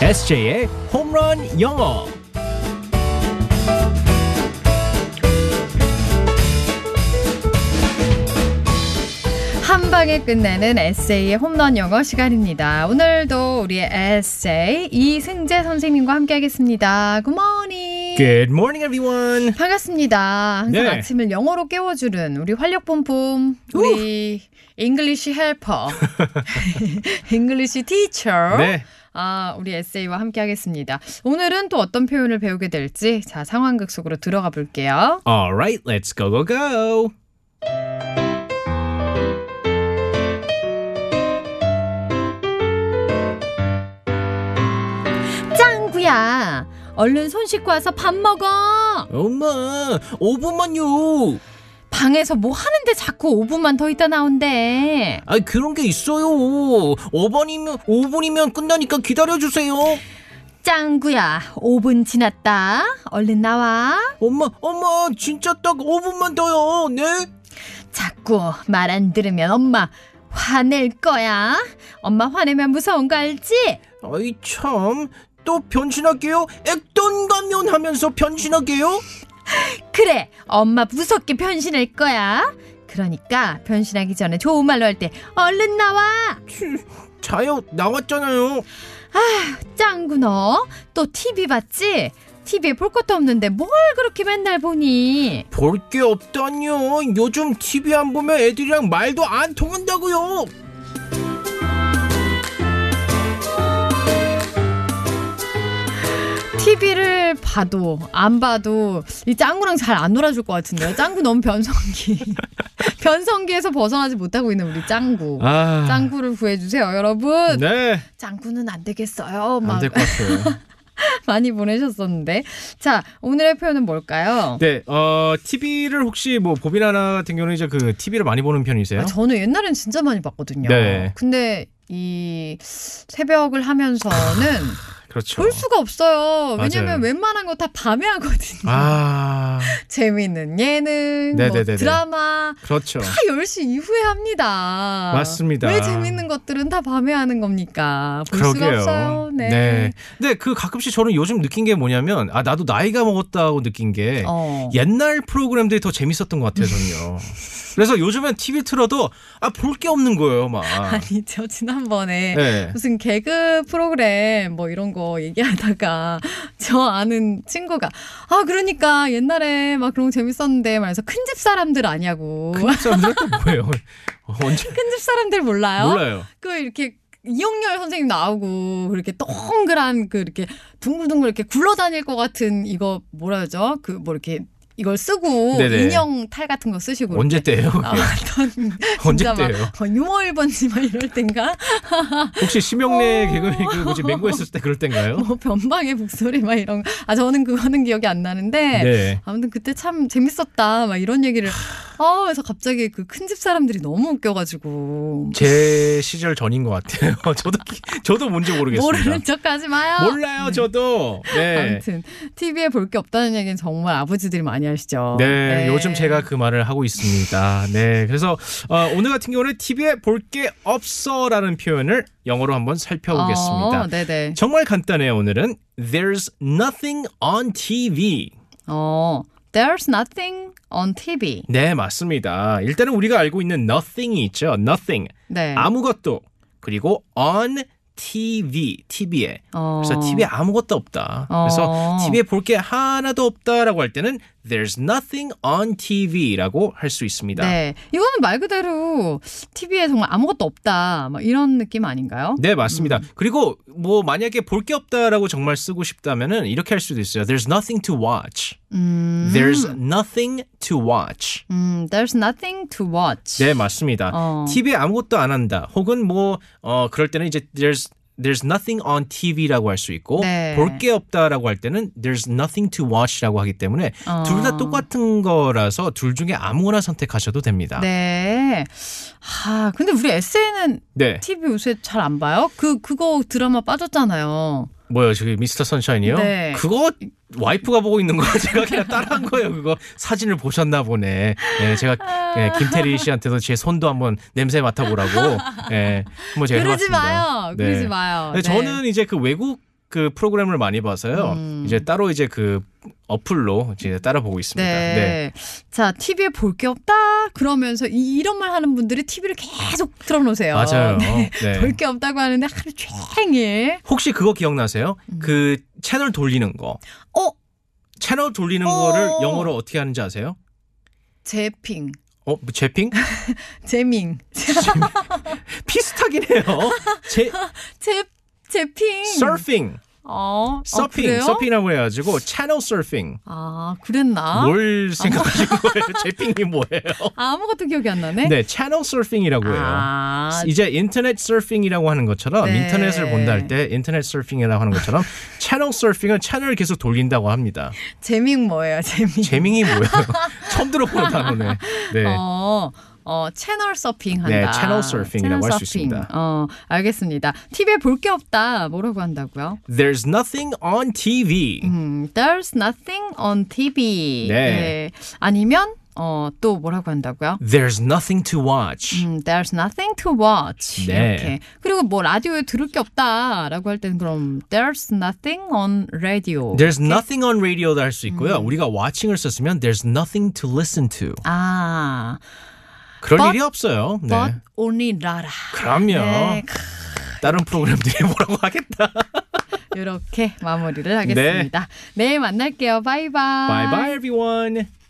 SJ의 홈런 영어. 한 방에 끝내는 에세이의 홈런 영어 시간입니다. 오늘도 우리의 에세이 이승재 선생님과 함께하겠습니다. 굿모닝. Good morning, everyone. 반갑습니다. 항상 네. 아침을 영어로 깨워주는 우리 활력본품, 우리 잉글리시 헬퍼, 잉글리시 티처. 네, 아, 우리 에세이와 함께하겠습니다. 오늘은 또 어떤 표현을 배우게 될지 자 상황극 속으로 들어가 볼게요. all right, let's go go go. 짱구야, 얼른 손 씻고 와서 밥 먹어. 엄마, 5분만요. 방에서 뭐 하는데 자꾸 5분만 더 있다 나온대. 아 그런 게 있어요. 5번이면 5분이면 끝나니까 기다려 주세요. 짱구야, 5분 지났다. 얼른 나와. 엄마, 엄마, 진짜 딱 5분만 더요. 네? 자꾸 말 안 들으면 엄마 화낼 거야. 엄마 화내면 무서운 거 알지? 아이 참. 또 변신할게요. 액돈 가면 하면서 변신할게요. 그래, 엄마 무섭게 변신할 거야. 그러니까 변신하기 전에 좋은 말로 할 때 얼른 나와. 자요 나왔잖아요. 짱구 너 또 TV 봤지? TV에 볼 것도 없는데 뭘 그렇게 맨날 보니? 볼 게 없다니요. 요즘 TV 안 보면 애들이랑 말도 안 통한다고요. TV를 봐도 안 봐도 이 짱구랑 잘 안 놀아줄 것 같은데요. 짱구 너무 변성기. 변성기에서 벗어나지 못하고 있는 우리 짱구. 아, 짱구를 구해주세요, 여러분. 네, 짱구는 안 되겠어요. 안 막 될 것 같아요. 많이 보내셨었는데. 자, 오늘의 표현은 뭘까요? 네, 어 TV를 혹시 뭐 보빈 하나 같은 경우는 이제 그 TV를 많이 보는 편이세요? 아, 저는 옛날엔 진짜 많이 봤거든요. 네. 근데 이 새벽을 하면서는 그렇죠. 볼 수가 없어요. 맞아요. 왜냐면 웬만한 거 다 밤에 하거든요. 아, 재미있는 예능, 뭐 네네네네. 드라마, 그렇죠. 다 10시 이후에 합니다. 맞습니다. 왜 재밌는 것들은 다 밤에 하는 겁니까? 볼 수가 없어요. 네. 네. 근데 그 가끔씩 저는 요즘 느낀 게 뭐냐면 아 나도 나이가 먹었다고 느낀 게 어. 옛날 프로그램들이 더 재밌었던 것 같아요, 저는요. 그래서 요즘엔 TV 틀어도 아 볼 게 없는 거예요, 막. 아니, 저 지난번에 네. 무슨 개그 프로그램 뭐 이런 거 얘기하다가 저 아는 친구가 아, 그러니까 옛날에 막 그런 거 재밌었는데 말해서 큰 집 사람들 아냐고. 큰사람들또 뭐예요? 어, 언제 큰 집 사람들 몰라요? 몰라요. 그 이렇게 이영렬 선생님 나오고 그렇게 동그란 그 이렇게 둥글둥글 이렇게 굴러다닐 것 같은 이거 뭐라 하죠? 그 뭐 이렇게 이걸 쓰고 네네. 인형 탈 같은 거 쓰시고 언제 때예요? 아, 어떤 언제 진짜 막 때예요? 어, 유머 일번지 막 이럴 땐가 혹시 심영래 어. 개그맨 그 뭐지 맹고했을 때 그럴 땐가요? 뭐 변방의 목소리 막 이런 거. 아 저는 그거는 기억이 안 나는데 네. 아무튼 그때 참 재밌었다 막 이런 얘기를 아 그래서 갑자기 그 큰 집 사람들이 너무 웃겨가지고 제 시절 전인 것 같아요. 저도 저도 뭔지 모르겠습니다. 모르는 척하지 마요. 몰라요, 저도. 네. 아무튼 TV에 볼 게 없다는 얘기는 정말 아버지들이 많이 하시죠. 네, 요즘 제가 그 말을 하고 있습니다. 네, 그래서 어, 오늘 같은 경우는 TV에 볼 게 없어라는 표현을 영어로 한번 살펴보겠습니다. 어, 네네. 정말 간단해요. 오늘은 There's nothing on TV. 어, there's nothing on TV. 네, 맞습니다. 일단은 우리가 알고 있는 nothing이 있죠. nothing. 네. 아무것도. 그리고 on TV, TV에. 어. 그래서 TV에 아무것도 없다. 어. 그래서 TV에 볼 게 하나도 없다라고 할 때는 there's nothing on TV라고 할 수 있습니다. 네, 이거는 말 그대로 TV에 정말 아무것도 없다, 막 이런 느낌 아닌가요? 네, 맞습니다. 음. 그리고 뭐 만약에 볼 게 없다라고 정말 쓰고 싶다면은 이렇게 할 수도 있어요. There's nothing to watch. 음, There's nothing to watch. 음, there's nothing to watch. 네, 맞습니다. 어. TV에 아무것도 안 한다. 혹은 뭐 어, 그럴 때는 이제 there's there's nothing on TV라고 할 수 있고 네. 볼 게 없다라고 할 때는 there's nothing to watch라고 하기 때문에 어. 둘 다 똑같은 거라서 둘 중에 아무거나 선택하셔도 됩니다. 네. 아, 근데 우리 SN은 네. TV 요새 잘 안 봐요? 그 그거 드라마 빠졌잖아요. 뭐요? 저기 미스터 선샤인이요? 네. 그거 와이프가 보고 있는 거 제가 그냥 따라한 거예요. 그거 사진을 보셨나 보네. 예, 제가 예, 김태리 씨한테도 제 손도 한번 냄새 맡아보라고. 예, 한번 제가 그러지 해봤습니다. 마요. 네. 그러지 마요. 근데 네. 저는 이제 그 외국 그 프로그램을 많이 봐서요. 음. 이제 따로 이제 그 어플로 이제 따라 보고 있습니다. 네. 네. 자, TV에 볼 게 없다. 그러면서 이, 이런 말 하는 분들이 TV를 계속 틀어놓으세요. 맞아요. 네. 볼 게 없다고 하는데 하루 종일. 혹시 그거 기억나세요? 음. 그 채널 돌리는 거. 어, 채널 돌리는 어. 거를 영어로 어떻게 하는지 아세요? 재핑, 어, 뭐 재핑? 재밍, 비슷하긴 해요. 제 음. 재 재핑. 서핑, 어, 어, 서핑, 그래요? 서핑이라고 해가지고 채널 서핑. 아, 그랬나? 뭘 생각하신 거예요? 재핑이 뭐예요? 아무것도 기억이 안 나네. 네, 채널 서핑이라고 해요. 아, 이제 인터넷 서핑이라고 하는 것처럼 네. 인터넷을 본다 할 때 인터넷 서핑이라고 하는 것처럼 채널 서핑은 채널을 계속 돌린다고 합니다. 재밍 뭐예요, 재밍? 재밍이 뭐예요? 처음 들어보는 단어네. 네. 어, 어, 채널 서핑 한다. 네, 채널 서핑이라고 채널 할수 서핑. 있습니다. 어, 알겠습니다. TV에 볼 게 없다. 뭐라고 한다고요? There's nothing on TV. 음, there's nothing on TV. 네. 아니면 어, 또 뭐라고 한다고요? There's nothing to watch. 음, there's nothing to watch. 네. 이렇게. 그리고 뭐 라디오에 들을 게 없다라고 할 때는 그럼 there's nothing on radio. There's nothing on radio도 할 수 있고요. 음. 우리가 watching을 썼으면 there's nothing to listen to. 아, 그럴 But- 일이 없어요. 네. but only 라라. 그럼요. 네, 다른 프로그램들이 뭐라고 하겠다. 네. 이렇게 마무리를 하겠습니다. 내일 네, 만날게요. 바이바이. 아. Bye bye everyone.